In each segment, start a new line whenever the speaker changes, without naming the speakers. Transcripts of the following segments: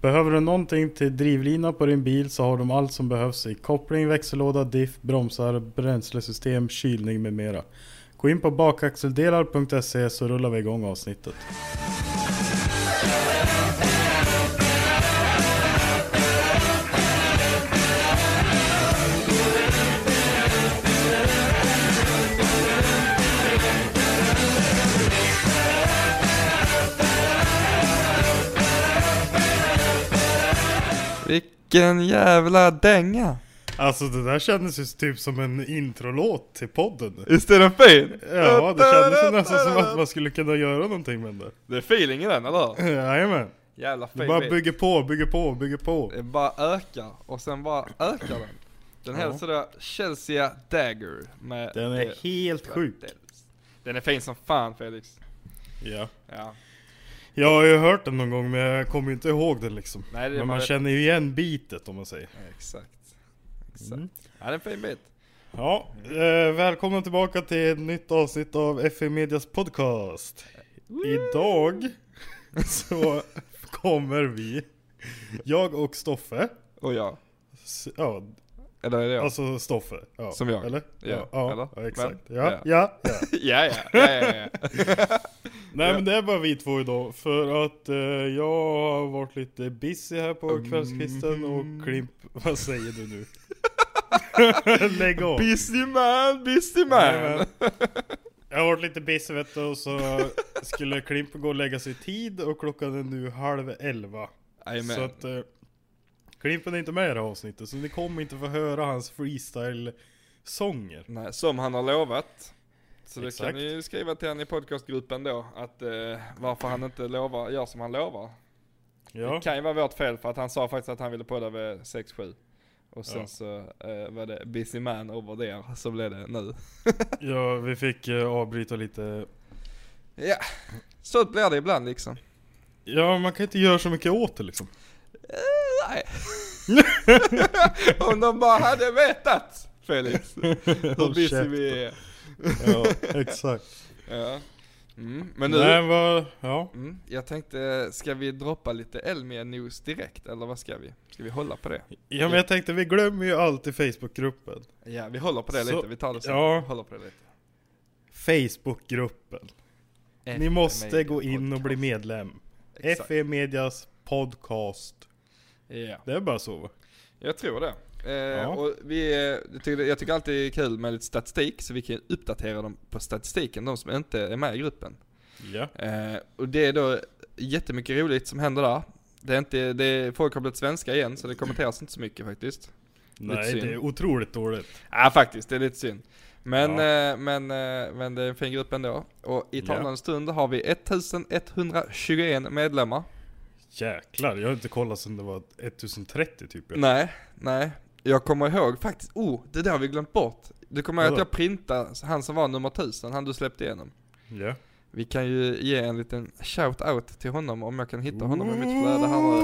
Behöver du någonting till drivlina på din bil så har de allt som behövs i koppling, växellåda, diff, bromsar, bränslesystem, kylning med mera. Gå in på bakaxeldelar.se så rullar vi igång avsnittet.
Vilken jävla dänga!
Alltså det där kändes ju typ som en introlåt till podden.
Visst är den fin?
Ja, det kändes ju nästan som att man skulle kunna göra någonting med det.
Det är feeling i den, eller
Jajamän.
Jävla
Det
fin
bara
bit.
bygger på, bygger på, bygger på.
Det bara ökar, och sen bara ökar den. Den heter sådär Chelsea Dagger med
Den är helt sjuk.
Den är fin som fan Felix.
Ja.
Ja.
Jag har ju hört den någon gång men jag kommer ju inte ihåg den liksom.
Nej, det är
men
bara-
man känner ju igen bitet om man säger.
Exakt. Exakt.
Mm.
Ja, det är en fin bit.
Ja, eh, välkomna tillbaka till ett nytt avsnitt av FE Medias podcast. Idag så kommer vi, jag och Stoffe,
Och jag.
s- ja
Eller är det jag?
alltså Stoffe. Ja,
Som jag.
Eller?
Ja,
Ja, ja,
eller?
ja exakt.
Men?
Ja,
Ja.
ja, ja.
ja, ja, ja, ja, ja.
Nej men det är bara vi två idag för att eh, jag har varit lite busy här på
Mm.
kvällskvisten och Klimp, vad säger du nu? Lägg av!
busy man, busy
Nej,
man.
men- Jag har varit lite busy vet du och så skulle Klimp gå och lägga sig i tid och klockan är nu halv elva.
Jajamän.
Så att eh, Klimpen är inte med i det här avsnittet så ni kommer inte få höra hans freestyle-sånger.
Nej, som han har lovat. Så det
Exakt.
kan ni ju skriva till han i podcastgruppen då, att eh, varför han inte lovar, gör som han lovar. Det
Ja,
kan ju vara vårt fel för att han sa faktiskt att han ville podda vid 6-7. Och sen
Ja.
så eh, var det busy man over there, så blev det nu.
ja vi fick eh, avbryta lite
Ja, så blir det ibland liksom.
Ja, man kan inte göra så mycket åt det liksom.
Eh, nej. Om de bara hade vetat Felix, hur
Håll
busy
käften.
vi är.
Ja, exakt.
Ja. Mm. Men nu,
Nej, vad, ja.
Mm, jag tänkte, ska vi droppa lite Elmia-news direkt eller vad ska vi? Ska vi hålla på det?
ja, men jag tänkte vi glömmer ju alltid Facebookgruppen.
Ja, vi håller på det
Så-
lite, vi tar det sen.
ja.
Håller på det lite.
Facebookgruppen. Ni måste gå in och bli medlem.
Exakt.
FE Medias podcast.
Ja,
Det är bara så va?
jag tror det. Eh,
Ja.
och vi, eh, jag, tycker, jag tycker alltid det är kul med lite statistik, så vi kan uppdatera dem på statistiken, de som inte är med i gruppen.
Ja.
Eh, och det är då jättemycket roligt som händer där. Det är inte, det är, folk har blivit svenska igen, så det kommenteras inte så mycket faktiskt.
Nej,
synd.
det är otroligt dåligt.
Ja faktiskt, det är lite synd. Men, eh, men, eh, men det är en fin grupp ändå. Och i talande stund har vi 1121 medlemmar.
Jäklar, jag har inte kollat sen det var 1030 typ. ja.
Nej, nej. Jag kommer ihåg faktiskt, oh, det där har vi glömt bort. Du kommer ihåg att
Vadå?
jag printade han som var nummer 1000, han du släppte igenom.
Ja.
Vi kan ju ge en liten shout-out till honom om jag kan hitta honom i mitt flöde. Han var...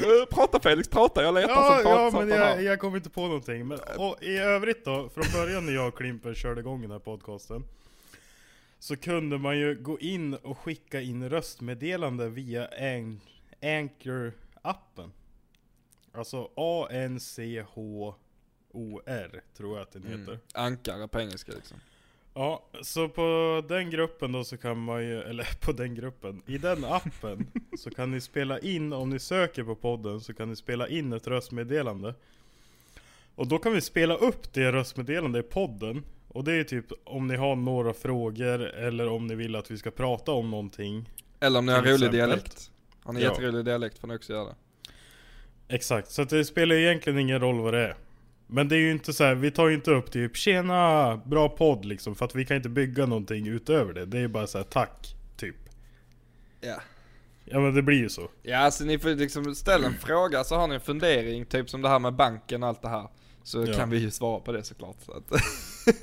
Eh, Prata Felix, prata, jag letar
Ja,
som
ja
fan
men
satan här.
jag, jag kom inte på någonting. Men, och i övrigt då, från början när jag och Klimpen körde igång den här podcasten. Så kunde man ju gå in och skicka in röstmeddelande via An- Anchor-appen. Alltså A-N-C-H-O-R tror jag att
Mm.
den heter.
Ankare på engelska liksom.
Ja, så på den gruppen då så kan man ju, eller på den gruppen, i den appen så kan ni spela in, om ni söker på podden så kan ni spela in ett röstmeddelande. Och då kan vi spela upp det röstmeddelandet i podden. Och det är typ om ni har några frågor eller om ni vill att vi ska prata om någonting.
Eller om ni har en
Till
rolig
exempel.
dialekt. Har ni
Ja.
jätterolig dialekt får ni också göra det.
Exakt, så att det spelar egentligen ingen roll vad det är. Men det är ju inte så här, vi tar ju inte upp typ 'Tjena, bra podd' liksom för att vi kan inte bygga någonting utöver det. Det är bara så här 'Tack' typ.
Ja.
Ja men det blir ju så.
Ja, alltså ni får liksom ställa en fråga så har ni en fundering, typ som det här med banken och allt det här. Så
Ja.
kan vi ju svara på det såklart. Så att,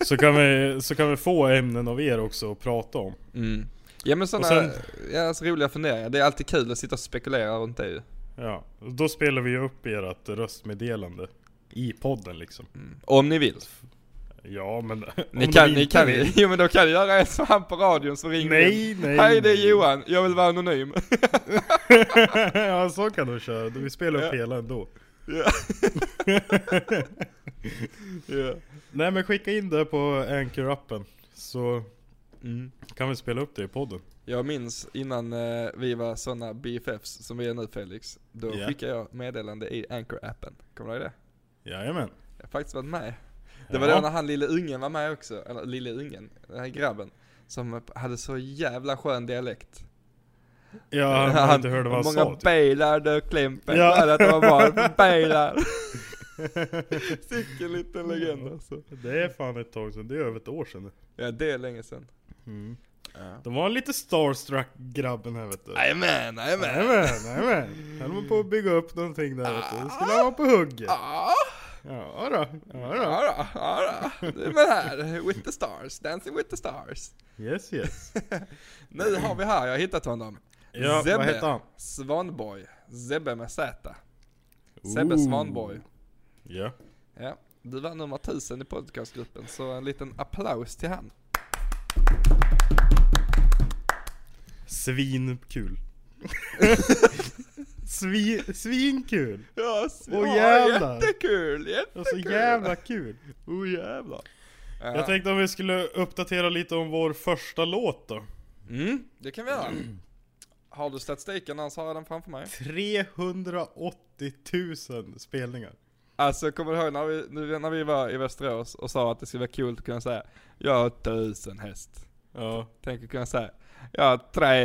Så kan vi, så kan vi få ämnen av er också att prata om.
mm. Ja men sådana,
sen-
ja, alltså, roliga funderingar. Det är alltid kul att sitta och spekulera runt det ju.
Ja, och då spelar vi ju upp ert röstmeddelande. I podden liksom.
Om ni vill.
Ja men... om
Ni kan,
inte
ni kan
vill-
ju, jo men då kan ni göra en som han på radion som ringer
Nej,
in.
nej,
Hej det är
nej.
Johan, jag vill vara anonym.
ja så kan du köra, vi spelar upp hela ändå.
Ja. Ja.
Nej men skicka in det på Anchor-appen. Så
Mm.
kan vi spela upp det i podden.
Jag minns innan eh, vi var sådana BFFs som vi är nu Felix, då
Ja.
skickade jag meddelande i Anchor-appen. Kommer du ihåg det?
Jajamän.
Jag har faktiskt varit med. Det var
Ja.
då när han lille ungen var med också, eller lille ungen, den här grabben. Som hade så jävla skön dialekt.
Ja, han har inte hörde vad han
Många
sa. Typ.
bilar du Klimpen,
Ja.
ja. att det var bara bilar. Sicken liten legend alltså.
Det är fan ett tag sedan, det är över ett år sedan.
Ja det är länge sedan.
De var lite starstruck grabben här vet du.
Jajamän, jajamän.
Nämen, nämen. Han var på att bygga upp någonting där vet du. Då skulle han vara på hugget.
Ja,
Ja då, ja
ja då, ja då. Nu är man här, with the stars, dancing with the stars.
då. Yes yes.
Nu har vi här, jag har hittat honom.
Ja, vad hette han?
Svanborg. Zebbe med Z. Sebbe Svanborg.
Ja.
Ja, du var nummer 1000 i podcastgruppen, så en liten applaus till han.
Svinkul. Svi, svinkul.
Ja,
Åh, jävlar.
jättekul!
Det var så
Jättekul!
jävla kul.
oh, jävlar! Ja.
Jag tänkte om vi skulle uppdatera lite om vår första låt då.
Mm, det kan vi göra. Har du statistiken? Annars har jag den framför mig.
380 000 spelningar.
Alltså kommer du ihåg när vi, nu- när vi var i Västerås och sa att det skulle vara kul att kunna säga Jag har 1000 häst.
Ja.
Tänk att kunna säga Jag har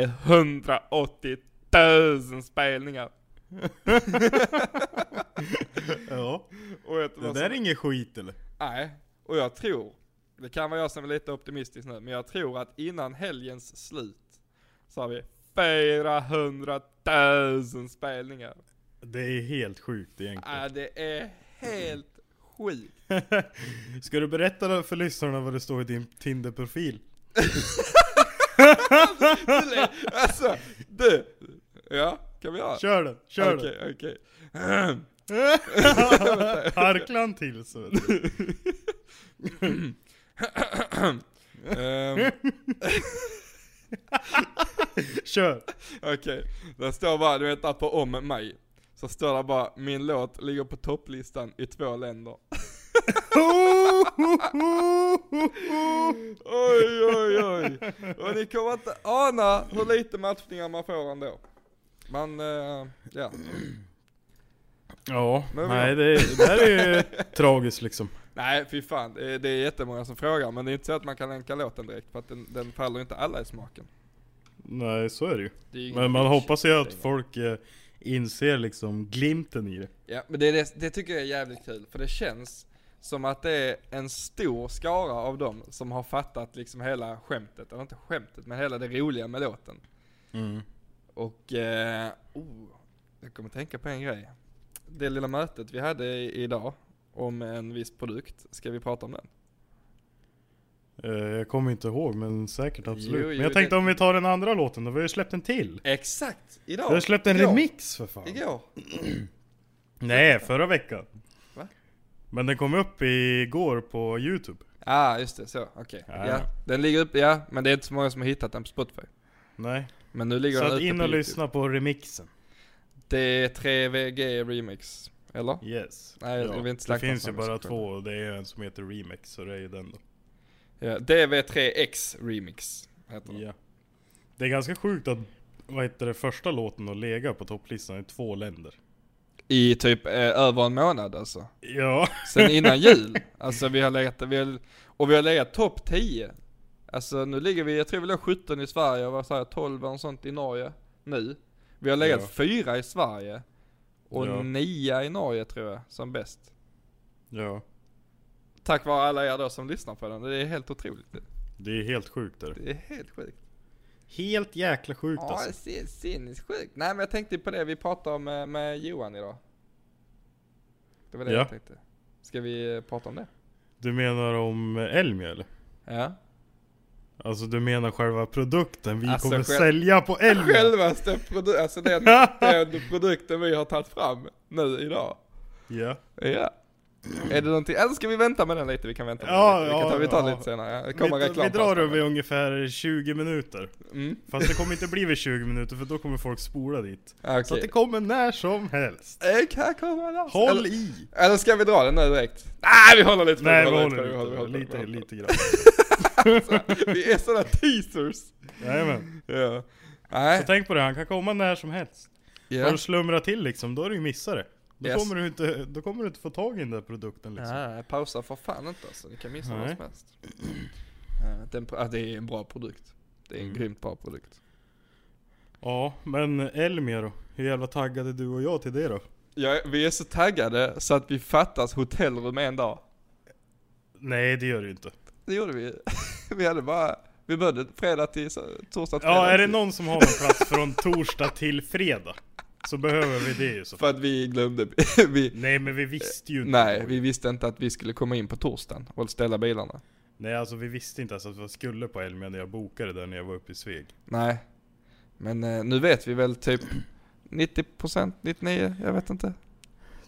380 000 spelningar.
Ja.
Och vet du
Det
vad
där är
som-
ingen skit eller?
Nej, och jag tror, det kan vara jag som är lite optimistisk nu, men jag tror att innan helgens slut så har vi 400 000 spelningar.
Det är helt sjukt egentligen.
Äh, det är helt sjukt.
Ska du berätta för lyssnarna vad det står i din Tinder-profil?
Alltså, du! Ja, kan vi göra?
Kör den, kör den!
Okej, okej.
Harklan till så vet du.
Ehm,
Kör!
Okej, där står bara, du vet där på om mig. Så står det bara, min låt ligger på topplistan i två länder. Oj, oj, oj. Och ni kommer inte ana hur lite matchningar man får ändå. Man, eh, ja.
Ja,
Men
nej
vad-
det, det här är ju tragiskt liksom.
Nej, fy fan. Det är, det är jättemånga som frågar, men det är inte så att man kan länka låten direkt, för att den, den faller inte alla i smaken.
Nej så är det ju.
Det är ju ingen
Men man
bitch.
hoppas ju att
Det är-
folk eh, inser liksom glimten i det.
Ja, men det, är det, det tycker jag är jävligt kul, för det känns som att det är en stor skara av dem som har fattat liksom hela skämtet, eller inte skämtet, men hela det roliga med låten.
Mm.
Och, eh, oh, jag kommer tänka på en grej. Det lilla mötet vi hade i, idag om en viss produkt, ska vi prata om den?
Eh, Jag kommer inte ihåg men säkert absolut.
Jo, jo,
men jag tänkte
det-
om vi tar den andra låten då, vi har ju släppt en till.
Exakt! Idag!
Vi har släppt en
Igår.
remix för fan.
Igår!
Nej, förra veckan.
Va?
Men den kom upp igår på youtube.
Ah, just det, så, okej.
Ja.
Ja, den ligger uppe, ja, men det är inte så många som har hittat den på Spotify.
Nej.
Men nu ligger
Så
den
att
ute
in
på
och
YouTube.
lyssna på remixen.
Det är 3VG Remix, eller?
Yes.
Nej, jag vill inte
det
slakta
finns ju
samma
bara
sak.
två och det är en som heter remix så det är ju den då.
Ja, DV3X Remix heter den.
Ja. Det är ganska sjukt att vad heter det, första låten att lägga på topplistan i två länder.
i typ eh, över en månad alltså.
Ja.
Sen innan jul. Alltså vi har legat, vi har, och vi har legat topp 10. Alltså nu ligger vi, jag tror vi låg 17 i Sverige och vad sa jag, 12 eller något sånt i Norge nu. Vi har legat
Ja.
fyra i Sverige och
Ja.
nia i Norge tror jag, som bäst.
Ja.
Tack vare alla er då som lyssnar på den, det är helt otroligt.
Det är helt sjukt där.
Det är helt sjukt.
Helt jäkla sjukt
Ja,
alltså.
det är sinnessjukt. Nej men jag tänkte på det vi pratade om med, med Johan idag. Det var det
Ja.
jag tänkte. Ska vi eh, prata om det?
Du menar om Elmia eller?
Ja.
Alltså du menar själva produkten vi
Alltså,
kommer
själv-
sälja på Elmia?
Självaste produkten, alltså den, den produkten vi har tagit fram nu idag.
Ja.
Ja. Är det någonting, eller ska vi vänta med den lite? Vi kan vänta med
Ja,
den lite. Vi, kan
ja,
ta, vi tar
ja.
lite senare. Det
Vi,
kommer
vi
reklam
drar över i ungefär 20 minuter.
Mm.
Fast det kommer inte bli vid 20 minuter för då kommer folk spola dit.
Ah, Okej.
Så att det kommer när som helst.
Eh, Här kommer den alltså.
Håll
eller,
i!
eller ska vi dra den nu direkt? Nej vi håller lite på
Nej
den,
vi
lite
håller
på den, vi
lite,
håller på
lite, lite
den, vi
grann.
håller på den. Vi är sådana teasers.
Jajamän.
Ja.
Så
Nej.
tänk på det, han kan komma när som helst. Har
Ja.
du slumrat till liksom, då har du ju missat det. Då,
Yes.
kommer du inte, då kommer du inte få tag i den där produkten liksom.
Nej, pausa för fan inte alltså. Ni kan missa vad
Nej.
som helst. Eh, Den, ah, det är en bra produkt. Det är en grymt bra produkt.
Ja, men Elmia då? Hur jävla taggade du och jag till det då?
Ja, vi är så taggade så att vi fattas hotellrum en dag.
Nej det gör du inte.
Det gjorde vi Vi hade bara, vi började fredag till sö- torsdag till
Ja,
fredag
är det
till-
någon som har någon plats från torsdag till fredag? Så behöver vi det ju så.
För att vi glömde, vi,
Nej men vi visste ju inte.
nej, vi visste inte att vi skulle komma in på torsdagen och ställa bilarna.
Nej alltså vi visste inte ens att vi skulle på Elmia när jag bokade där när jag var uppe i Sveg.
Nej. Men eh, nu vet vi väl typ 90%, 99%, jag vet inte.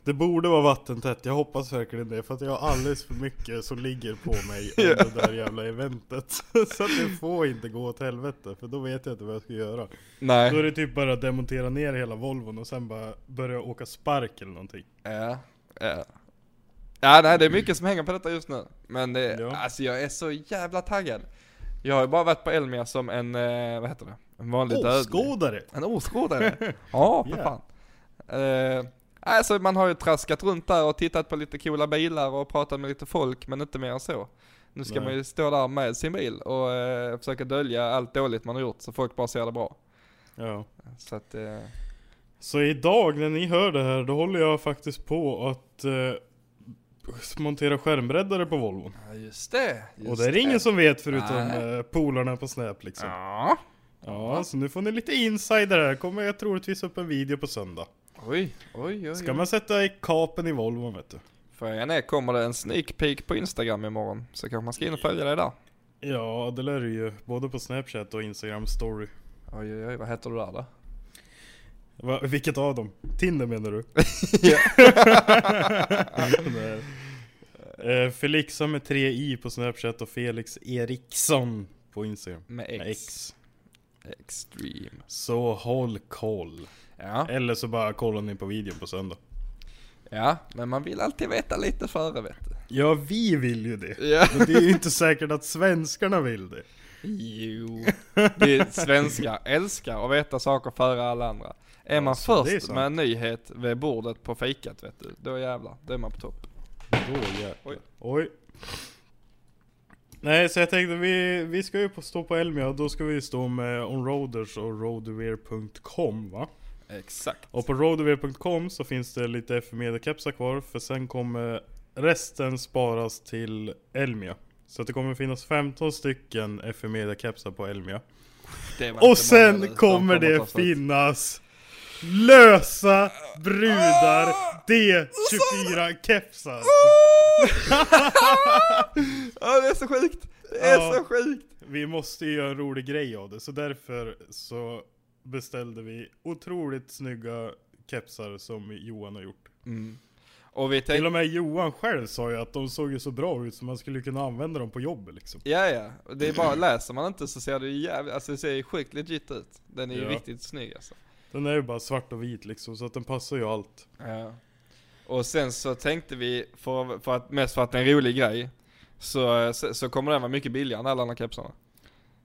Det borde vara vattentätt, jag hoppas verkligen det för att jag har alldeles för mycket som ligger på mig om det där jävla eventet. Så att det får inte gå åt helvete för då vet jag inte vad jag ska göra. Då är
Nej.
det typ bara att demontera ner hela Volvon och sen bara börja åka spark eller någonting.
Ja, ja. Ja, nej det är mycket som hänger på detta just nu. Men det,
Ja.
alltså jag är så jävla taggad. Jag har ju bara varit på Elmia som en, eh, vad heter det? En vanlig dödlig.
Åskådare!
En åskådare? ja, för
Ja.
fan. Eh, alltså man har ju traskat runt där och tittat på lite coola bilar och pratat med lite folk, men inte mer än så. Nu ska
Nej.
man ju stå där med sin bil och eh, försöka dölja allt dåligt man har gjort så folk bara ser det bra.
Ja.
Så att, eh,
Så idag när ni hör det här, då håller jag faktiskt på att eh, montera skärmbreddare på Volvon.
ja just det. Just
och det är det ingen som vet förutom
Nej.
eh, polarna på Snap liksom. Ja.
Ja.
så nu får ni lite insider här. Kommer jag troligtvis upp en video på söndag.
Oj, oj, oj.
Ska
oj.
man sätta i kapen i Volvon vet du.
Frågan är, kommer det en sneak peek på Instagram imorgon? Så kanske man ska in och följa dig där.
Ja, det lär du ju. Både på Snapchat och Instagram story.
Oj, oj, oj, vad heter du där då?
Va, vilket av dem? Tinder menar du?
Ja.
Nej. Eh, Felixa med 3i på Snapchat och Felix Eriksson på Instagram.
Med X.
Nej, X.
Extreme.
Så håll koll.
Ja.
Eller så bara kollar ni på videon på söndag.
ja, men man vill alltid veta lite före vet du.
Ja, vi vill ju det.
Ja.
Men det är ju inte säkert att svenskarna vill det.
Jo. Det är svenskar älskar att veta saker före alla andra. Är man
Alltså, det är
först
sant.
med en nyhet vid bordet på fikat vet du, då jävlar, då är man på topp.
Då jäklar.
Oj.
Oj. Nej, så jag tänkte vi, vi ska ju på, stå på Elmia och då ska vi ju stå med onroaders och roadwear.com va?
Exakt.
Och på roadwear.com så finns det lite FMedia-kepsar kvar för sen kommer resten sparas till Elmia. Så att det kommer finnas 15 stycken FMedia-kepsar på Elmia.
Det var
Och
inte många,
sen
utan
kommer det
ta slut.
finnas lösa brudar
Ah!
D24-kepsar.
Ja det är så sjukt! Det är
Ja.
så sjukt!
Vi måste ju göra en rolig grej av det, så därför så beställde vi otroligt snygga kepsar som Johan har gjort.
Och vi
Till
tänkte,
och med Johan själv sa ju att de såg ju så bra ut så man skulle kunna använda dem på jobbet liksom.
ja ja, Och det är bara, läser man inte så ser det ju jävligt, alltså det ser ju sjukt legit ut. Den är ju
Ja.
riktigt snygg alltså.
Den är ju bara svart och vit liksom, så att den passar ju allt.
Ja. Och sen så tänkte vi, för, för att, mest för att det är en rolig grej, så, så, så kommer den vara mycket billigare än alla andra kepsarna.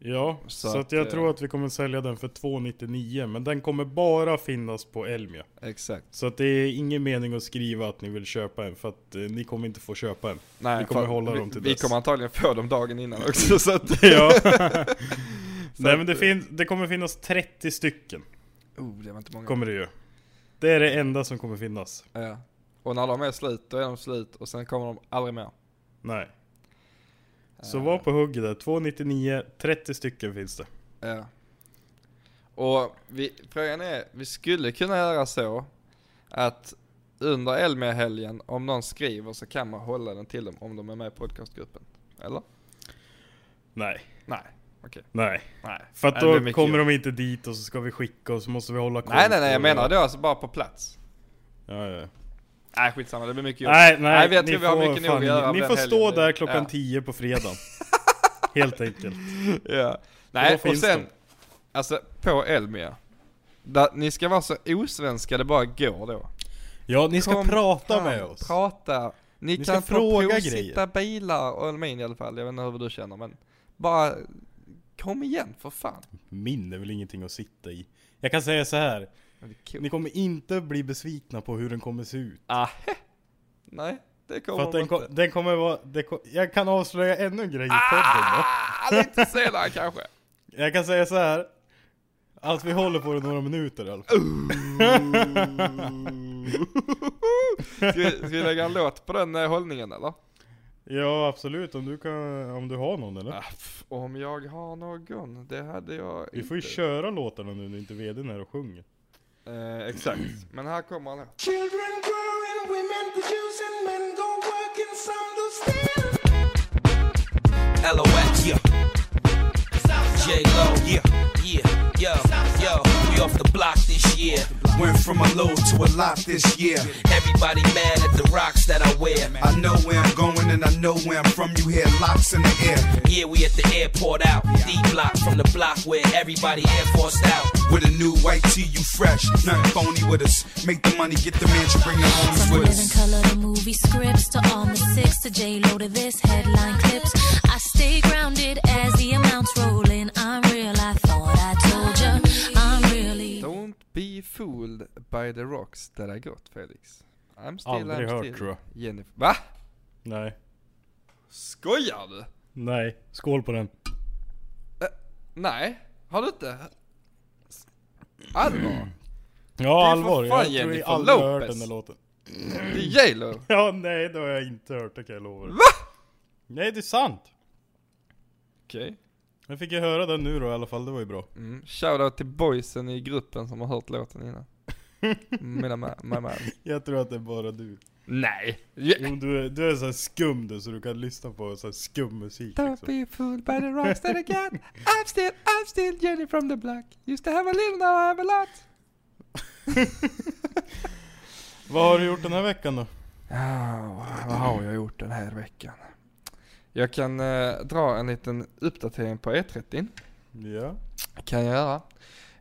Ja, så,
Så
att,
att,
jag
eh,
tror att vi kommer sälja den för 299 men den kommer bara finnas på Elmia.
Exakt.
Så att det är ingen mening att skriva att ni vill köpa en för att eh, ni kommer inte få köpa en.
Nej,
vi kommer
för-
hålla
vi,
dem till
Vi
dess.
kommer antagligen få dem dagen innan också så eh, att...
ja. Nej men det,
att-
fin- det kommer finnas 30 stycken.
Oh, det var inte många.
Kommer det ju. Det är det enda som kommer finnas.
Ja. Och när de är slut, då är de slut och sen kommer de aldrig mer.
Nej. Så
Eh.
var på hugget där. 299, 30 stycken finns det.
Ja. Och vi, frågan är, vi skulle kunna göra så att under Elmia-helgen, om någon skriver så kan man hålla den till dem om de är med i podcastgruppen. Eller?
Nej.
Nej. Okej.
Nej.
Nej.
För att
Nej, det blir
då
mycket
kommer
jobb.
de inte dit och så ska vi skicka och så måste vi hålla koll
Nej nej nej, jag
på-
menar då alltså bara på plats.
Ja, ja.
Nej skitsamma, det blir mycket jobb.
Nej, nej,
nej jag tror vi har
får
mycket nog
fan
att göra
ingen-
av
Ni
den
får stå
helgen.
där klockan
Ja.
10 på fredag. Helt enkelt.
Ja. Nej, och
finns
sen,
de.
alltså på Elmia. Där, ni ska vara så osvenska det bara går då.
Ja, ni ska
Kom
prata
fram,
med oss.
Prata. Ni,
Ni ska
kan
fråga
få
grejer.
provsitta bilar och min i alla fall. Jag vet inte hur du känner men. Bara kom igen för fan.
Min är väl ingenting att sitta i. Jag kan säga så här.
Men det är kul.
Ni kommer inte bli besvikna på hur den kommer se ut.
Ah, heh. Nej, det
För att
kommer
den,
inte.
ko- den kommer vara... Det ko- jag kan avslöja ännu en grej i podden då.
Ah, lite senare kanske.
Jag kan säga så här. Att vi håller på det några minuter i alla fall.
Ska vi, ska vi lägga en låt på den eh, hållningen eller?
Ja absolut, om du, kan, om du har någon eller?
Ah, pff, om jag har någon, det hade jag
Vi får ju
inte.
köra låtarna nu när inte vdn är och sjunger.
Eh, exakt, men här kommer han.
Children growing, women producing, men go working, some do stealing.
LOX, yeah. J Lo, yeah, yeah, yo, yo. We off the block this year.
Went from a low to a lot this year.
Everybody mad at the rocks that I wear.
I know where I'm going and I know where I'm from. You hear locks in the air
Yeah, we at the airport out. D block from the block where everybody air forced out.
with a new white tee, you fresh. Nothing phony with us. Make the money, get the mansion, bring the homies
From
with
living
us.
color to movie scripts to on the six to J Lo to this headline clips. I stay grounded as the amounts roll in. I'm real. I thought I told ya. I'm really.
Don't be fooled by the rocks that I got Felix. I'm still,
Aldrig
I'm
hört,
still.
tror jag.
Jennifer. Va?
Nej.
Skojar du?
Nej. Skål på den.
Nej, har du inte? Allvar?
Ja
Det är för
allvar, jag tror
fan
jag
Jennifer
aldrig har hört
Lopez.
den där låten.
Det är J.Lo.
Ja nej det har jag inte hört, det kan jag lova dig. Nej det är sant!
Okej.
Jag fick ju höra den nu då i alla fall, det var ju bra.
Mm. Shoutout till boysen i gruppen som har hört låten innan. Mina ma- my man.
Jag tror att det är bara du.
Nej.
Jo, du, är, du är så här skum du, så du kan lyssna på så här skum musik
Don't
liksom.
be fooled by the rocks that I got. I'm still, I'm still Jenny from the block. Used to have a little, now I have a lot.
Vad har du gjort den här veckan då?
Ah, vad har jag gjort den här veckan? Jag kan eh, dra en liten uppdatering på E E30.
Ja.
Kan jag göra.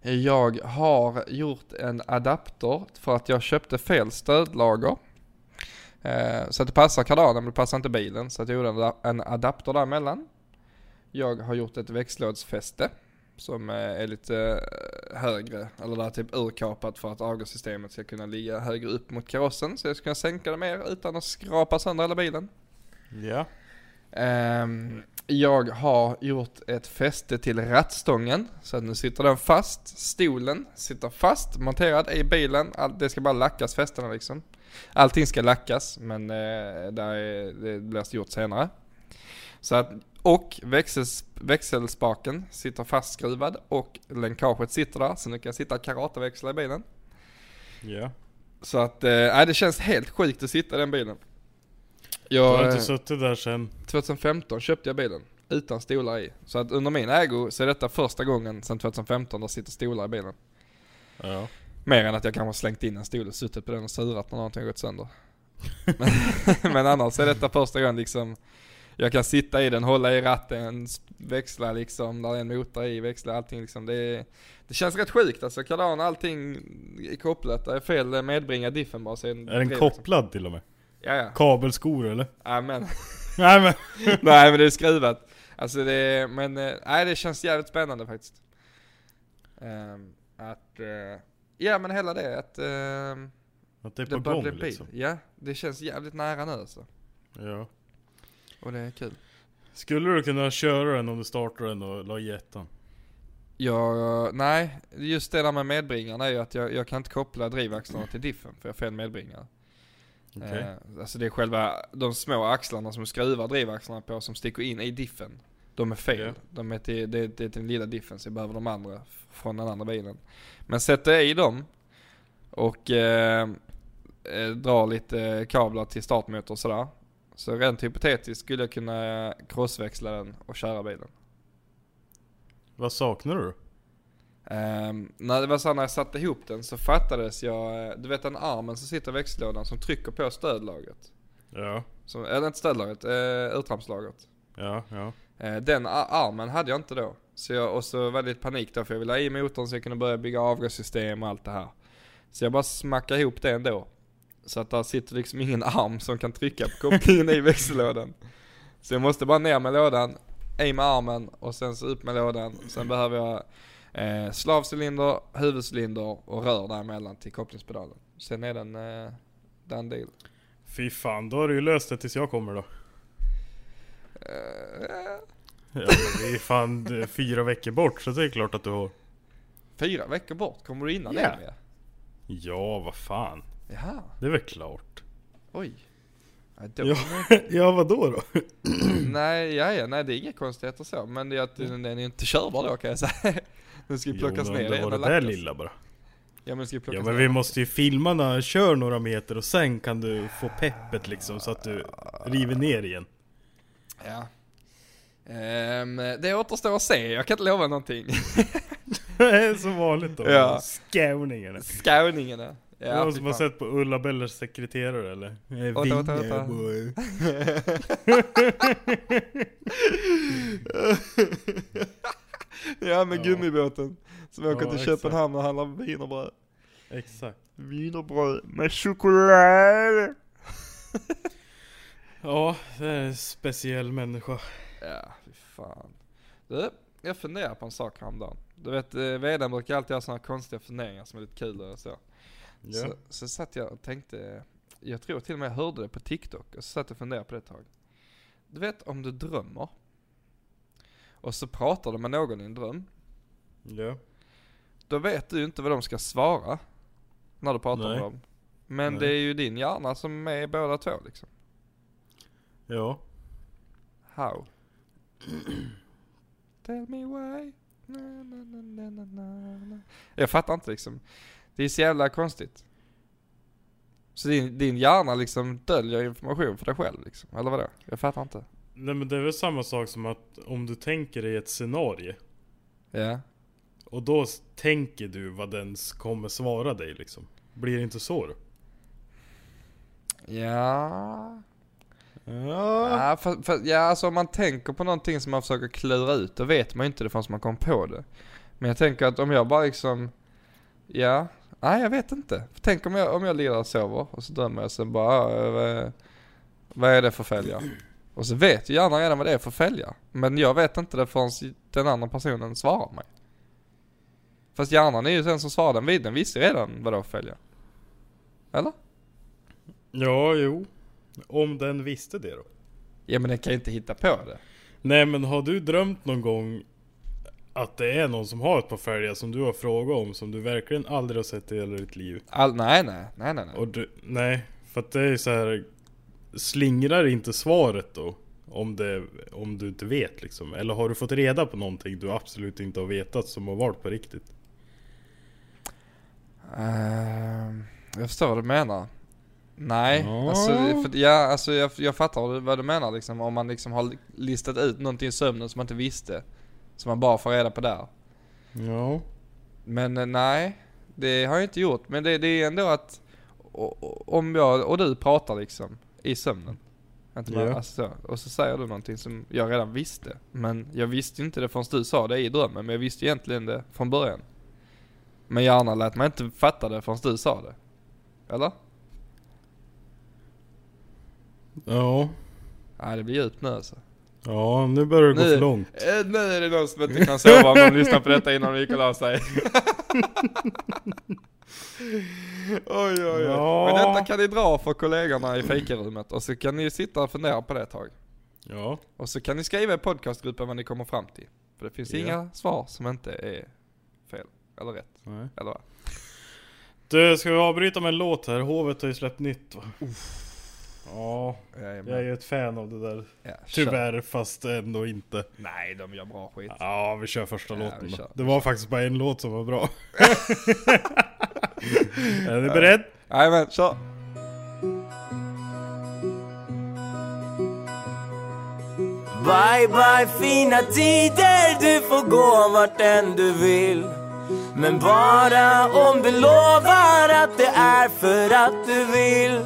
Jag har gjort en adapter för att jag köpte fel stödlager. Eh, så att det passar kardanen men det passar inte bilen. Så att jag gjorde en, ada- en adapter däremellan. Jag har gjort ett växellådsfäste. Som eh, är lite eh, högre, eller där typ urkapat för att avgassystemet ska kunna ligga högre upp mot karossen. Så jag ska kunna sänka det mer utan att skrapa sönder hela bilen.
Ja.
Ehm, jag har gjort ett fäste till rattstången så att nu sitter den fast. Stolen sitter fast, monterad i bilen. Allt, det ska bara lackas fästena liksom. Allting ska lackas men eh, där är, det blir gjort senare. Så att, och växels, växelspaken sitter fastskruvad och länkaget sitter där så nu kan jag sitta och karateväxla i bilen.
Ja.
Så att, eh, nej, det känns helt sjukt att sitta i den bilen. Jag,
Jag har inte suttit där sen.
2015 köpte jag bilen utan stolar i. Så att under min ägo så är detta första gången sedan 2015 där sitter stolar i bilen.
Ja.
Mer än att jag kanske har slängt in en stol och suttit på den och surat när någonting har gått sönder. Men, men annars är detta första gången liksom jag kan sitta i den, hålla i ratten, s- växla liksom, där är en motor i, växla allting liksom. Det, är- det känns rätt sjukt alltså, kardan allting är kopplat, det är fel medbringa diffen bara så är den,
Är den
driv,
kopplad till och med?
Liksom. Ja, ja.
Kabelskor eller?
Amen.
Nej men.
Nej men det är skruvat. Alltså det, men eh, nej det känns jävligt spännande faktiskt. Ehm, att, eh, ja men hela det att ehm,
Att det är
det
på
börjar
gång
bli
liksom.
Ja, det känns jävligt nära nu alltså.
Ja.
Och det är kul.
Skulle du kunna köra den om du startar den och la i ettan?
Jag, nej, just det där med medbringarna är ju att jag, jag kan inte koppla drivaxlarna till diffen för jag har fel medbringare.
Okej.
Eh, alltså det är själva de små axlarna som skruvar drivaxlarna på som sticker in i diffen. De är fel.
Ja.
De är till, det, är- det är till den lilla diffen så jag behöver de andra f- från den andra bilen. Men sätter jag i dem och eh, eh, drar lite kablar till startmotor och sådär. Så rent hypotetiskt skulle jag kunna crossväxla den och köra bilen.
Vad saknar du?
Ehm, när det var så här, när jag satte ihop den så fattades jag, eh, du vet den armen som sitter i växellådan som trycker på stödlagret.
Ja.
Som, eller inte stödlagret, eh, utrampslagret.
Ja, ja.
Eh, den a- armen hade jag inte då. Så jag, och så var det lite panik då för jag ville ha i motorn så jag kunde börja bygga avgassystem och allt det här. Så jag bara smackade ihop det ändå. Så att där sitter liksom ingen arm som kan trycka på kopplingen i växellådan. Så jag måste bara ner med lådan, i med armen och sen så upp med lådan. Sen behöver jag eh, slavcylinder, huvudcylinder och rör däremellan till kopplingspedalen. Sen är den eh, done deal.
Fy fan, då har du ju löst det tills jag kommer då.
Eh,
Ja, men det är fan eh, fyra veckor bort så det är klart att du har.
fyra veckor bort, kommer du innan
Ja.
det? med?
Ja, vad fan.
Jaha,
Det är väl klart.
oj. Ja, då-
Ja, ja vadå då?
Nej, ja, ja, nej det är inga konstigheter så, men det är att den den är inte körbar då kan jag säga. Den ska ju plockas
Jo, men
ner
det
igen
var det
och
där
lackas.
lilla bara.
Ja men den ska ju plockas
Ja men
ner.
vi måste ju filma när jag kör några meter och sen kan du få peppet liksom så att du river ner igen.
Ja. Ehm, det återstår att se, jag kan inte lova någonting.
Som vanligt då.
Ja.
Skåningarna.
Skåningarna. Ja,
det var
fy
som har
fan.
sett på Ulla Bellers sekreterare eller? Eh,
Vänta, vänta,
Vinge,
vänta.
boy.
ja med
Ja.
gummibåten. Som åker
Ja,
till
exakt.
Köpenhamn och handlar wienerbröd.
Exakt.
Wienerbröd med choklad.
Ja, det är en speciell människa.
Ja, fy fan. Du, jag funderar på en sak häromdagen. Du vet, eh, vdn brukar alltid ha såna här konstiga funderingar som är lite kul och så.
Ja.
Så, så satt jag och tänkte, jag tror till och med jag hörde det på TikTok och så satt jag och funderade på det ett tag. Du vet om du drömmer och så pratar du med någon i en dröm,
ja.
då vet du ju inte vad de ska svara när du pratar
Nej.
med dem. Men
Nej.
det är ju din hjärna som är i båda två liksom.
Ja.
How? Tell me why. Na, na, na, na, na, na, na. Jag fattar inte liksom. Det är så jävla konstigt. Så din, din hjärna liksom döljer information för dig själv liksom, eller vadå? Jag fattar inte.
Nej men det är väl samma sak som att om du tänker dig ett scenario
Ja.
och då s- tänker du vad den s- kommer svara dig liksom. Blir det inte så då?
Ja.
Ja.
Ja, fast, fast, ja, alltså om man tänker på någonting som man försöker klura ut, då vet man ju inte det förrän man kom på det. Men jag tänker att om jag bara liksom, ja, nej jag vet inte. Tänk om jag, om jag ligger där och sover och så drömmer jag sen bara, äh, vad- vad är det för fälgar? Och så vet ju hjärnan redan vad det är för fälgar. Men jag vet inte det förrän den andra personen svarar mig. Fast hjärnan är ju den som svarar den vid, den visste ju redan vad det var för fälgar. Eller?
Ja, jo. Om den visste det då.
Ja men den kan ju inte hitta på det.
Nej men har du drömt någon gång att det är någon som har ett par fälgar som du har frågat om som du verkligen aldrig har sett i hela ditt liv?
All, nej nej, nej nej nej.
Och du, nej, för att det är ju så här Slingrar inte svaret då? Om, det, om du inte vet liksom? Eller har du fått reda på någonting du absolut inte har vetat som har varit på riktigt?
Ehm, jag förstår vad du menar. Nej,
Ja.
alltså, för, ja, alltså jag, jag fattar vad du- vad du menar liksom. Om man liksom har listat ut någonting i sömnen som man inte visste. Som man bara får reda på där.
Ja.
Men eh, nej, det har jag inte gjort. Men det, det är ändå att o- o- om jag och du pratar liksom i sömnen. Inte bara,
Ja.
alltså, så. och så säger du någonting som jag redan visste. Men jag visste inte det förrän du sa det i drömmen. Men jag visste egentligen det från början. Men hjärnan lät mig inte fatta det förrän du sa det. Eller?
Ja.
Nej det blir djupt nu alltså.
Ja, nu börjar det gå
Nu-
för långt.
Eh, nu är det någon som inte kan sova om de lyssnar på detta innan de gick och la sig. oj, oj, oj.
Ja.
Men detta kan ni dra för kollegorna i fikarummet och så kan ni sitta och fundera på det ett tag.
Ja,
Och så kan ni skriva i podcastgruppen vad ni kommer fram till. För det finns
Ja.
inga svar som inte är fel. Eller rätt.
nej.
Eller vad?
Du, ska vi avbryta med en låt här? Hovet har ju släppt nytt va? Ja, jag är
Jajamän.
ju ett fan av det där.
Ja, kör.
Tyvärr, fast ändå inte.
Nej, de gör bra skit.
Ja, vi kör första
Ja,
låten
vi
då.
kör.
Det var faktiskt bara en låt som var bra. är ni beredd?
Jajamän, kör!
Bye bye fina tider, du får gå vart än du vill. Men bara om du lovar att det är för att du vill.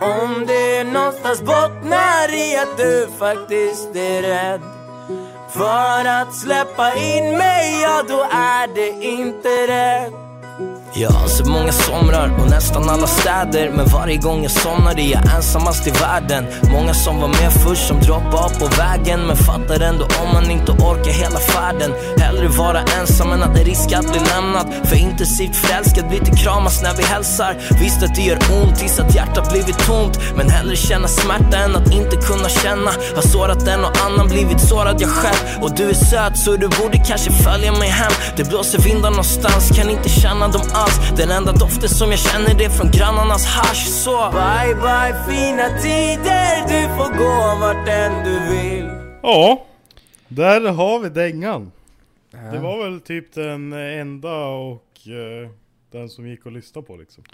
Om det någonstans bottnar i att du faktiskt är rädd. För att släppa in mig, ja då är det inte rätt. Jag har sett många somrar och nästan alla städer Men varje gång jag somnar är jag ensammast i världen Många som var med först som droppade av på vägen Men fattar ändå om man inte orkar hela färden Hellre vara ensam än att det riskar att bli lämnad För intensivt förälskad blir till kramas när vi hälsar Visst att det gör ont tills att hjärtat blivit tomt Men hellre känna smärta än att inte kunna känna Har sårat en och annan, blivit sårad jag själv Och du är söt så du borde kanske följa mig hem Det blåser vindar någonstans, kan inte känna dem alls Den enda doften som jag känner det är från grannarnas hasch Så bye bye fina tider, du får gå vart än du vill
Ja, där har vi dängan. Det var väl typ den enda och eh, den som gick att lyssna på liksom.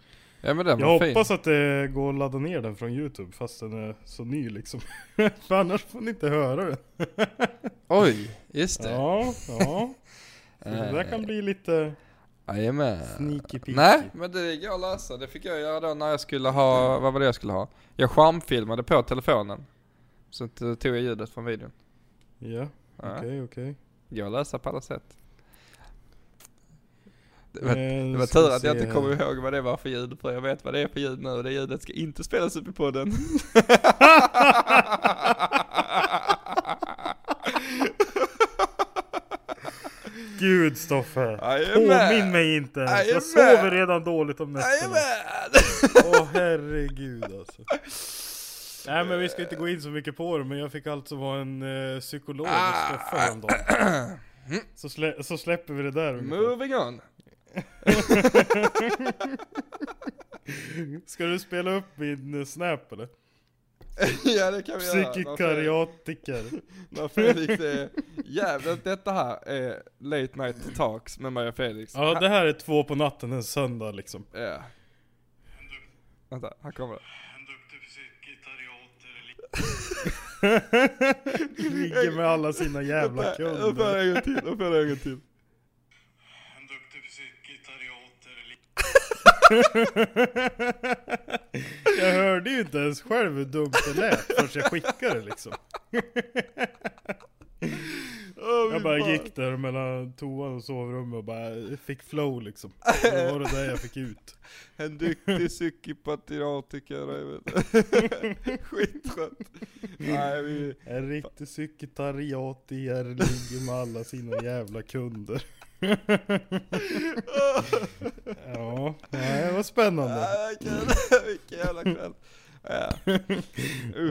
Ja men den
Jag
var fin.
hoppas att det går att ladda ner den från Youtube fast den är så ny liksom. För annars får ni inte höra den.
Oj, just det.
Ja, ja. Så det där kan bli lite...
Jajamän.
Sneaky peaky.
Eh. Nej, men det går att lösa. Det fick jag göra då när jag skulle ha, vad var det jag skulle ha? Jag skärmfilmade på telefonen. Så att, eh, tog jag ljudet från videon.
Ja,
Ja.
okej okej.
Det går att lösa på alla sätt. Det var,
Eh,
det var
ska vi
tur att jag
se
inte
här.
kommer ihåg vad det var för ljud, för jag vet vad det är för ljud nu och det ljudet ska inte spelas upp i podden.
Gud Stoffe!
Jajamän.
Påminn mig inte!
Jajamän.
Jag sover redan dåligt om nätterna.
Jajamän!
Åh herregud alltså. Nej men vi ska inte gå in så mycket på det, men jag fick alltså vara en eh, psykolog
Ah.
hos Stoffe häromdagen. Så, slä, så släpper vi det där ungefär.
Moving on.
Ska du spela upp min eh, snap eller?
ja det kan vi göra. Varför-
Psykikariatiker.
När Felix är jävligt, detta här är late night talks med mig och Felix.
Ja det här är två på natten en söndag liksom.
Ja. Vänta, här kommer det.
Ligger med alla sina jävla
Nu får
kunder.
Äh, jag en gång till, nu får jag en gång till.
Jag hörde ju inte ens själv hur dumt det lät förrän jag skickade det liksom. Jag bara gick där mellan toan och sovrummet och bara fick flow liksom. Det var det där jag fick ut.
En duktig psykopatiatiker, jag vet Skittrött.
Mm.
Nej vi...
En riktig psykitariatiker ligger med alla sina jävla kunder. Ja, nej, det var spännande.
Nej, vilken, vilken jävla kväll. Ja.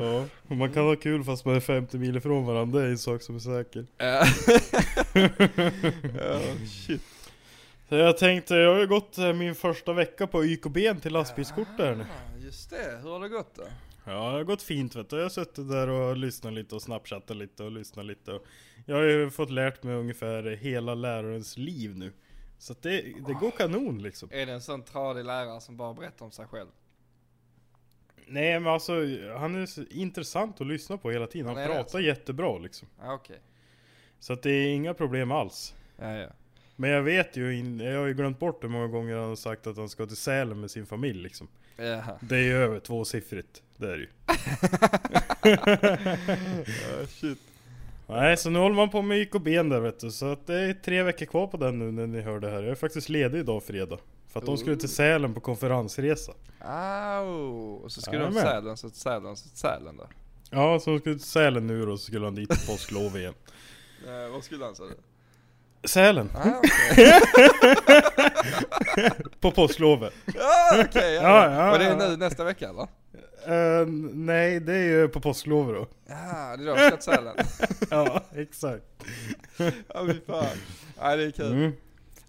Ja, och man kan ha kul fast man är 50 mil ifrån varandra, det är en sak som är säker.
Ja. Ja, shit.
Så jag tänkte, jag har ju gått eh, min första vecka på YKB till lastbilskort där nu.
Ah, Just det, hur har det gått då?
Ja, det har gått fint vet du. Jag har suttit där och lyssnat lite och snapchattat lite och lyssnat lite. Och jag har ju fått lärt mig ungefär hela lärarens liv nu. Så att det, det går kanon liksom.
Är det en sån tradig lärare som bara berättar om sig själv?
Nej men alltså, han är så intressant att lyssna på hela tiden. Han
Han är det,
pratar
alltså.
jättebra liksom.
Ja, Ah, okej.
Så att det är inga problem alls.
Ja, ja.
Men jag vet ju, in- jag har ju glömt bort hur många gånger han har sagt att han ska till Sälen med sin familj liksom.
Jaha.
Det är ju över tvåsiffrigt, det är det ju.
shit.
Nej, så nu håller man på med YKB där vet du. Så att det är tre veckor kvar på den nu när ni hör det här. Jag är faktiskt ledig idag fredag. För att de skulle till Sälen på konferensresa.
Au! Och så skulle de
Jajamän.
till Sälen, så till Sälen, så till Sälen då.
Ja, så skulle till Sälen nu då, så skulle han dit på påsklov igen.
Eh, vad skulle han säga?
Sälen!
Ah, okej.
på påsklovet.
Ja, okej. ja.
Ja, ja,
Och det är
ja.
nu nästa vecka eller?
Eh, nej, det är ju på påsklovet då.
Ja, det är då vi ska till Sälen.
ja, exakt.
Ja, fy fan. Nej, det är kul.
Mm.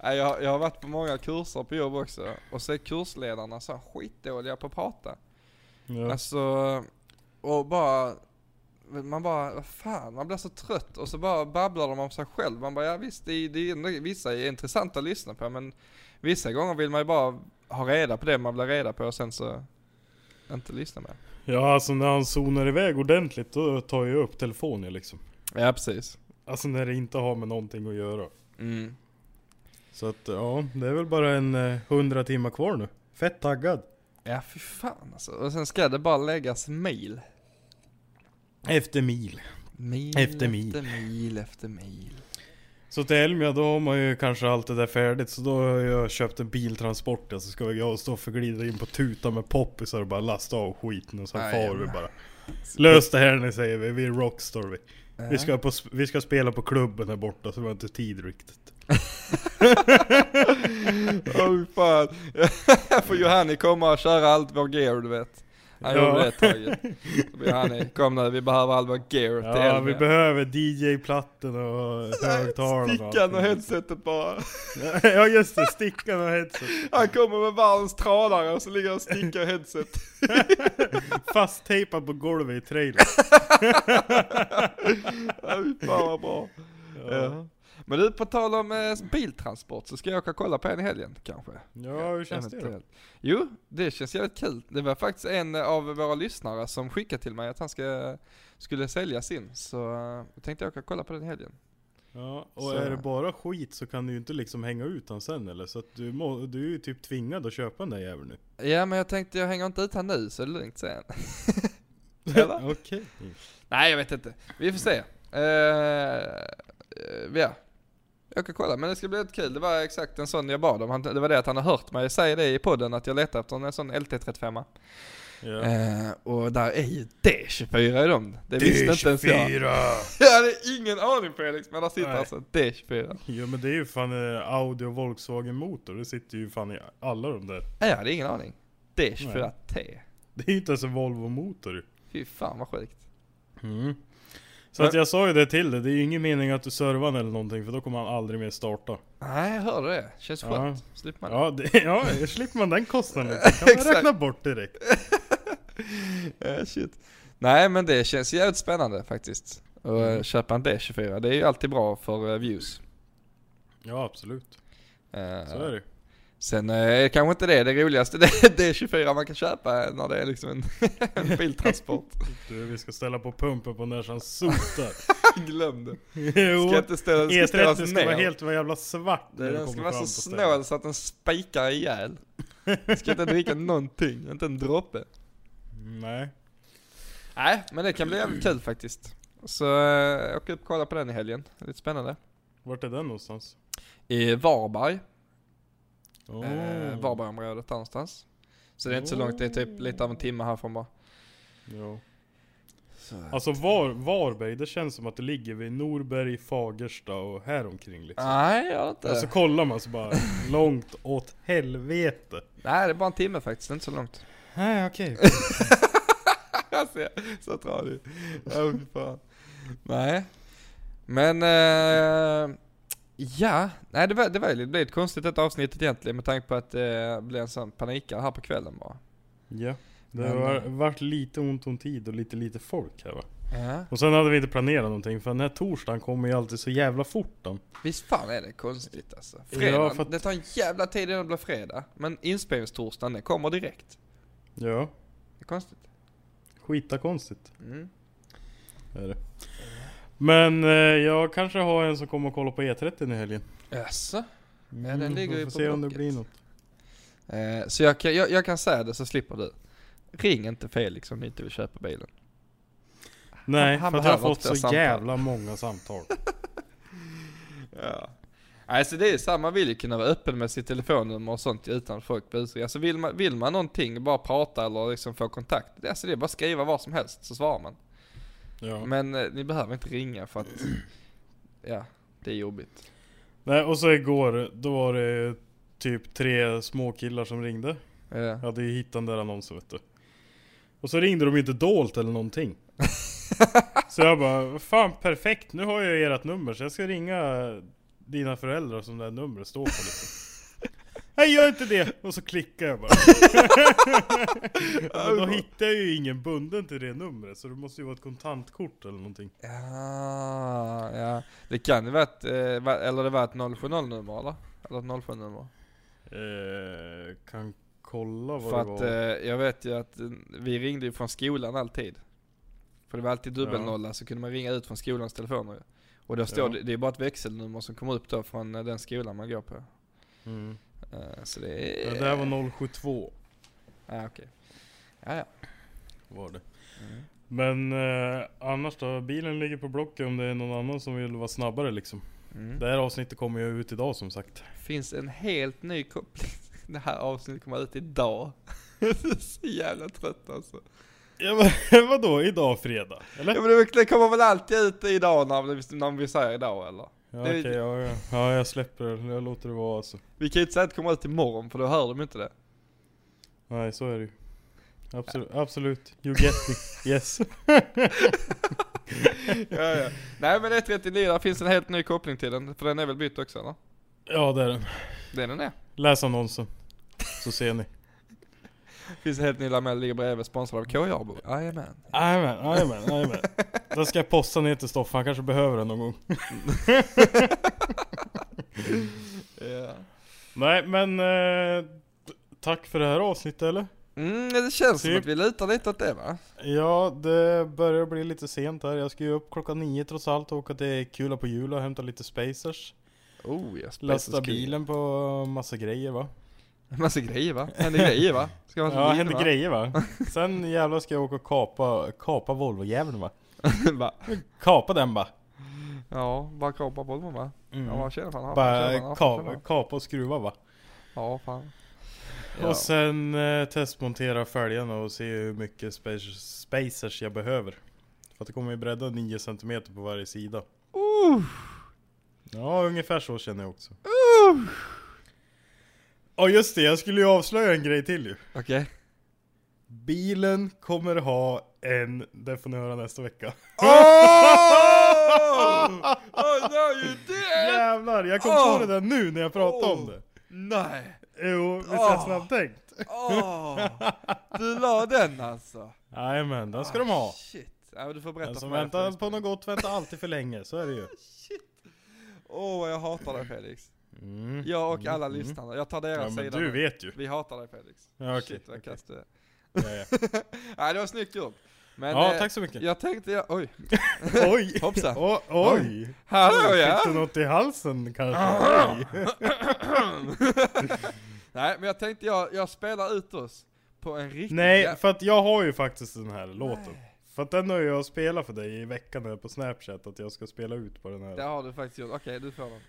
Nej, jag, jag har varit på många kurser på jobb också, och så är kursledarna så här skitdåliga på att prata.
Ja.
Alltså, och bara, man bara, vad fan, man blir så trött och så bara babblar de om sig själv. Man bara, ja visst, det, är- det, är ändå- vissa är intressanta att lyssna på men vissa gånger vill man ju bara ha reda på det man vill ha reda på och sen så inte lyssna mer.
ja, alltså när han zonar iväg ordentligt då tar jag upp telefonen liksom.
Ja precis.
Alltså när det inte har med någonting att göra.
Mm.
Så att ja, det är väl bara en eh, hundra timmar kvar nu. Fett taggad.
Ja fy fan alltså. Och sen ska det bara läggas mil.
Efter mil.
Mil
Efter mil.
efter mil efter mil.
Så till Elmia då har man ju kanske allt det där färdigt så då har jag köpt en biltransport där, så ska jag och Stoffe glida in på tuta med poppisar och bara lasta av skiten och sen
Nej,
far vi
men-
bara. Lös det här ni säger vi, vi är rockstar vi. Vi, ska på, sp- vi ska spela på klubben här borta så vi har inte tid riktigt.
Åh oh, fan. För Johanni kommer och köra allt vår gear du vet. Han
Ja.
gjorde det ett tag ju. Johanni, kom nu, vi behöver all vår gear till
Ja vi
helgen.
behöver DJ-platten och högtalarna
Stickan och
allting.
headsetet bara.
Ja just det, stickan och headset.
Han kommer med världens tralare och så ligger han och stickar i headset.
Fasttejpad på golvet i trailern.
Ja, fy Fan vad bra. Ja. Men du, på tal om eh, biltransport så ska jag åka och kolla på en i helgen kanske.
Ja hur känns det då?
Eventuellt. Jo, det känns jävligt kul. Det var faktiskt en av våra lyssnare som skickade till mig att han ska, skulle sälja sin. Så eh, jag tänkte jag åka och kolla på den i helgen.
Ja, och
Så-
är det bara skit så kan du ju inte liksom hänga ut han sen eller? Så att du, må, du är ju typ tvingad att köpa den där jäveln nu.
Ja men jag tänkte jag hänger inte ut han nu så det är lugnt sen. Eller?
Okej.
Nej jag vet inte. Vi får se. Eh, eh, ja. Jag kan kolla men det ska bli lite kul. Det var exakt en sån jag bad om. Han, det var det att han har hört mig säga det i podden att jag letar efter en sån LT35.
Ja.
Eh, och där är ju D24 i dem. Det visste inte ens jag.
D24!
Jag hade ingen aning Felix men där sitter
Nej.
alltså en D24.
Ja men det är ju fan eh, Audi och Volkswagen motor, det sitter ju fan i alla de där.
Nej jag hade ingen aning. D24T.
Det är ju inte ens en Volvo motor.
Fy fan vad sjukt.
Mm. Så att jag sa ju det till dig, det är ju ingen mening att du servar han eller någonting för då kommer han aldrig mer starta.
Nej jag hörde det. Känns
Ja.
skönt. Slipper man det.
Ja, det, ja slipper man den kostnaden lite. kan man
Exakt.
räkna bort direkt.
Eh, shit. Nej men det känns jävligt spännande faktiskt. Att
Mm.
eh, köpa en D24, det är ju alltid bra för eh, views.
Ja absolut,
Eh,
så är det
Sen eh, är kanske inte det det roligaste det är D24 man kan köpa när det är liksom en, en biltransport.
Du, vi ska ställa på pumpen på när han sotar.
Glöm det.
Jo,
Ska inte ställa, ska ställas
E30 ska
ner.
vara helt vad jävla svart när
det,
det
den ska
kommer
vara
fram
så
på stället.
snål så att den spikar ihjäl. Ska inte dricka någonting, inte en droppe.
Nej.
Nej, men det kan bli jävligt kul faktiskt. Så eh, åker upp och kollar på den i helgen. Lite spännande.
Vart är den någonstans?
I Varberg.
Oh.
eh, Varbergområdet där någonstans. Så det är inte så långt, det är typ lite av en timme härifrån bara.
Ja. Alltså var, Varberg, det känns som att det ligger vid Norberg, Fagersta och häromkring liksom.
Nej, jag har inte.
Och så kollar man så bara, långt åt helvete.
Nej, det är bara en timme faktiskt, det är inte så långt.
Nej okej.
alltså, jag- så tradig. Ja, fy fan. Nej. Men, eh, ja. Nej, det var, det var ju- det blev ett konstigt detta avsnittet egentligen med tanke på att det blev en sån panikare här på kvällen bara.
Ja. Det
Men-
har varit lite ont om tid och lite lite folk här va.
Ja.
Och sen hade vi inte planerat någonting för den här torsdagen kommer ju alltid så jävla fort den.
Visst fan är det konstigt alltså.
Ja,
Fredagen,
för att-
det tar en jävla tid innan det blir fredag. Men inspelningstorsdagen, den kommer direkt.
Ja.
Det är konstigt.
Skita konstigt.
Mm.
Är det. Men eh, jag kanske har en som kommer och kollar på E30 i helgen.
Jaså? Ja, den
Mm,
ligger
vi
ju
får
på
se om det
blocket.
blir något.
Eh, så jag kan, jag, jag kan säga det så slipper du. Ring inte Felix om ni inte vill köpa bilen.
Nej,
Han- han
för att jag har
behöver
fått
fler
så
samtal.
jävla många samtal.
Ja. Alltså det är så här, man vill ju kunna vara öppen med sitt telefonnummer och sånt utan att folk busar. Alltså vill man, vill man någonting, bara prata eller liksom få kontakt. Det- Alltså det är bara att skriva vad som helst så svarar man.
Ja.
Men eh, ni behöver inte ringa för att, ja, det är jobbigt.
Nej, och så igår, då var det typ tre små killar som ringde.
Ja. Jag
hade ju hittat den där annonsen vet du. Och så ringde de inte dolt eller någonting. så jag bara, fan perfekt, nu har jag ert nummer så jag ska ringa dina föräldrar som det här numret står på liksom. Nej gör inte det! Och så klickar jag bara. Men då hittar jag ju ingen bunden till det numret så det måste ju vara ett kontantkort eller någonting.
Ja, Ah, ja. Det kan ju vara ett, eh, va- eller det var ett 070-nummer eller? Eller ett 07-nummer.
Eh, kan kolla vad
För
det
att
var.
eh, jag vet ju att eh, vi ringde ju från skolan alltid. För det var alltid dubbelnolla så kunde man ringa ut från skolans telefoner ju. Och då står
Ja.
det, det är bara ett växelnummer som kommer upp då från eh, den skolan man går på.
Mm.
Eh, så det
Ja,
är...
det här var 072
Ja, okej. Ja, ja.
var det. Men eh, annars då? Bilen ligger på Blocket om det är någon annan som vill vara snabbare liksom.
Mm.
Det här avsnittet kommer ju ut idag som sagt.
Finns en helt ny koppling. Det här avsnittet kommer ut idag. så jävla trött alltså.
Ja, men, vadå? Idag fredag? Eller?
Ja, men det- det kommer väl alltid ut idag när vi, när vi säger idag eller?
Ja,
Det-
okej, ja, ja. ja jag släpper det. Jag låter det vara alltså.
Vi kan ju inte säga att det kommer ut imorgon för då hör de inte det.
Nej, så är det ju. Absolut, absolut. You get me. Yes.
ja, ja. Nej men 139, där finns en helt ny koppling till den. För den är väl bytt också eller?
Ja, det är den.
Det är den är.
Läs annonsen. Så ser ni.
Finns en helt ny lamell, ligger bredvid, sponsrad av K-Jarbo. Jajamän.
Jajamän, jajamän, jajamän. Den ska jag posta ner till Stoffan, han kanske behöver den någon gång.
Ja.
Nej men, eh, t- tack för det här avsnittet eller?
Mm, det känns som
Typ.
att vi lutar lite åt det va?
Ja, det börjar bli lite sent här. Jag ska ju upp klockan nio trots allt och åka till Kula på Jula och hämta lite spacers.
Oh ja, Space
Lasta
is kul.
bilen på massa grejer va?
En massa grejer va? Händer grejer va? Ska man
Ja, händer grejer va? Sen jävlar ska jag åka och kapa, kapa Volvo-jäveln va?
va?
Kapa den va?
Ja, bara kapa på dem va?
Mm.
Ja, man känner fan, ja, man känner
Bara
fan, ja, man
kapa,
känner.
kapa och skruva va?
Ja, fan. Ja.
Och sen eh, testmontera fälgarna och se hur mycket spacers, spacers jag behöver. För att det kommer ju bredda 9 cm på varje sida.
Uh,
Ja, ungefär så känner jag också.
uh.
Ja just det, jag skulle ju avslöja en grej till ju.
Okej.
Bilen kommer ha en, det får ni höra nästa vecka.
Oh! oh no you did!
Jävlar, jag kom
Åh!
på det där nu när jag pratade
Oh.
om det.
Nej!
Jo, visst är
Åh!
jag snabbtänkt?
Åh! Du la den alltså?
Jajamän, den ska de ha.
Shit. Ja, men du får berätta
Den som
mig
väntar
efter.
på något gott väntar alltid för länge, så är det ju.
Åh vad jag hatar dig Felix.
Mm.
Jag och alla lyssnarna, jag tar deras
Ja men
sida
du
nu.
vet ju.
Vi hatar dig Felix.
Ja, okej,
Shit vad
okej.
kass du är.
Ja, ja.
Nej det var snyggt gjort. Men,
ja
eh,
tack så mycket.
Jag tänkte, jag, oj.
Oj!
Hoppsan.
Oj! oj.
Hallå ja! Ah.
Fick du något i halsen kanske? Oj.
Nej men jag tänkte jag, jag spelar ut oss på en riktig
Nej,
jä-
för att jag har ju faktiskt den här låten. För att den har jag spelat för dig i veckan här på snapchat, att jag ska spela ut på den
Det
här.
har du faktiskt gjort, okej du får den.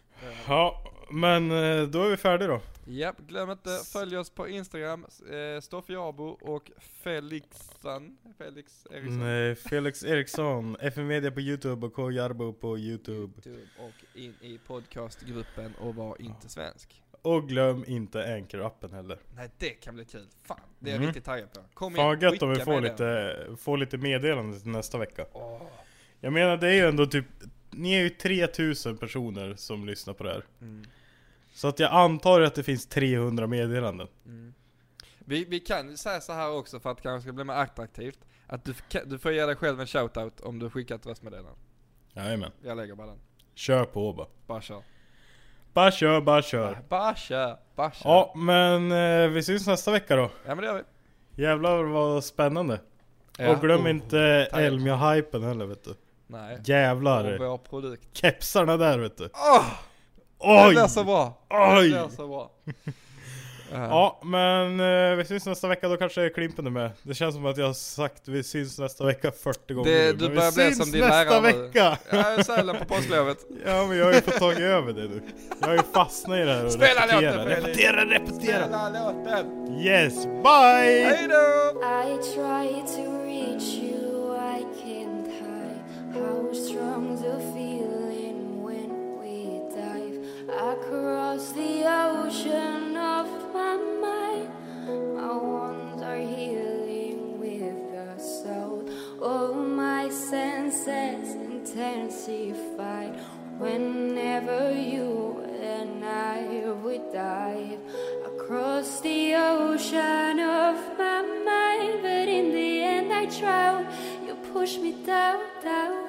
Ja, men eh, då är vi färdiga då.
Japp, glöm inte följ oss på Instagram, eh, Stoffjabo och Felixan, Felix Eriksson.
Mm, eh, Felix Eriksson, FM Media på youtube och K Jarbo på youtube.
YouTube och in i podcastgruppen och var inte svensk.
Och glöm inte Anchor-appen heller.
Nej det kan bli kul, fan det är jag
Mm.
riktigt taggad på. Kom
Fan vad gött
skicka
om vi får
med den.
lite, får lite meddelanden till nästa vecka. Jag menar det är ju ändå typ, ni är ju 3000 personer som lyssnar på det här.
Mm.
Så att jag antar att det finns 300 meddelanden.
Vi, vi kan ju säga så här också för att det kanske ska bli mer attraktivt, att du, f- kan, du får ge dig själv en shoutout om du skickar ett röstmeddelande.
Jajamän.
Jag lägger bara den,
Kör på bara.
bara kör.
Bara kör, bara kör.
Bara kör, bara kör.
Ja men eh, vi syns nästa vecka då.
ja men det gör vi.
Jävlar vad spännande.
Ja.
Och glöm
Oh,
inte
tack.
Elmia-hypen heller vet du.
Nej. Och
Jävlar.
vår produkt.
Kepsarna där vet du.
Åh! Det
Oj!
blir så bra! Det
Oj!
blir så bra.
Ja, men eh, vi syns nästa vecka, då kanske är Klimpen är med. Det känns som att jag har sagt vi syns nästa vecka 40 gånger
Det,
nu,
du
men
börjar
vi
bli
syns
som din
nästa
lärare
vecka!
nu. Ja, Sälen på påsklovet.
Ja men jag har ju fått tag över det nu. Jag har ju fastnat i det här och
Spela låten,
repetera,
Fredrik.
repetera, repetera!
Hela låten!
Yes, bye!
Hejdå!
I try to reach you, I can't hide.
intensified whenever you and I would dive across the ocean of my mind. But in the end, I drown. You push me down, down.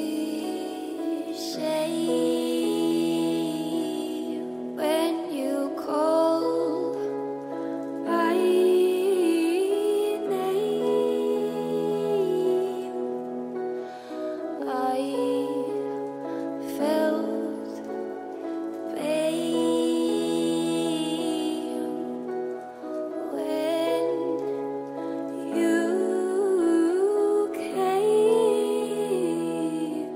They
say when you call my name, I felt pain when you came.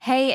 Hey,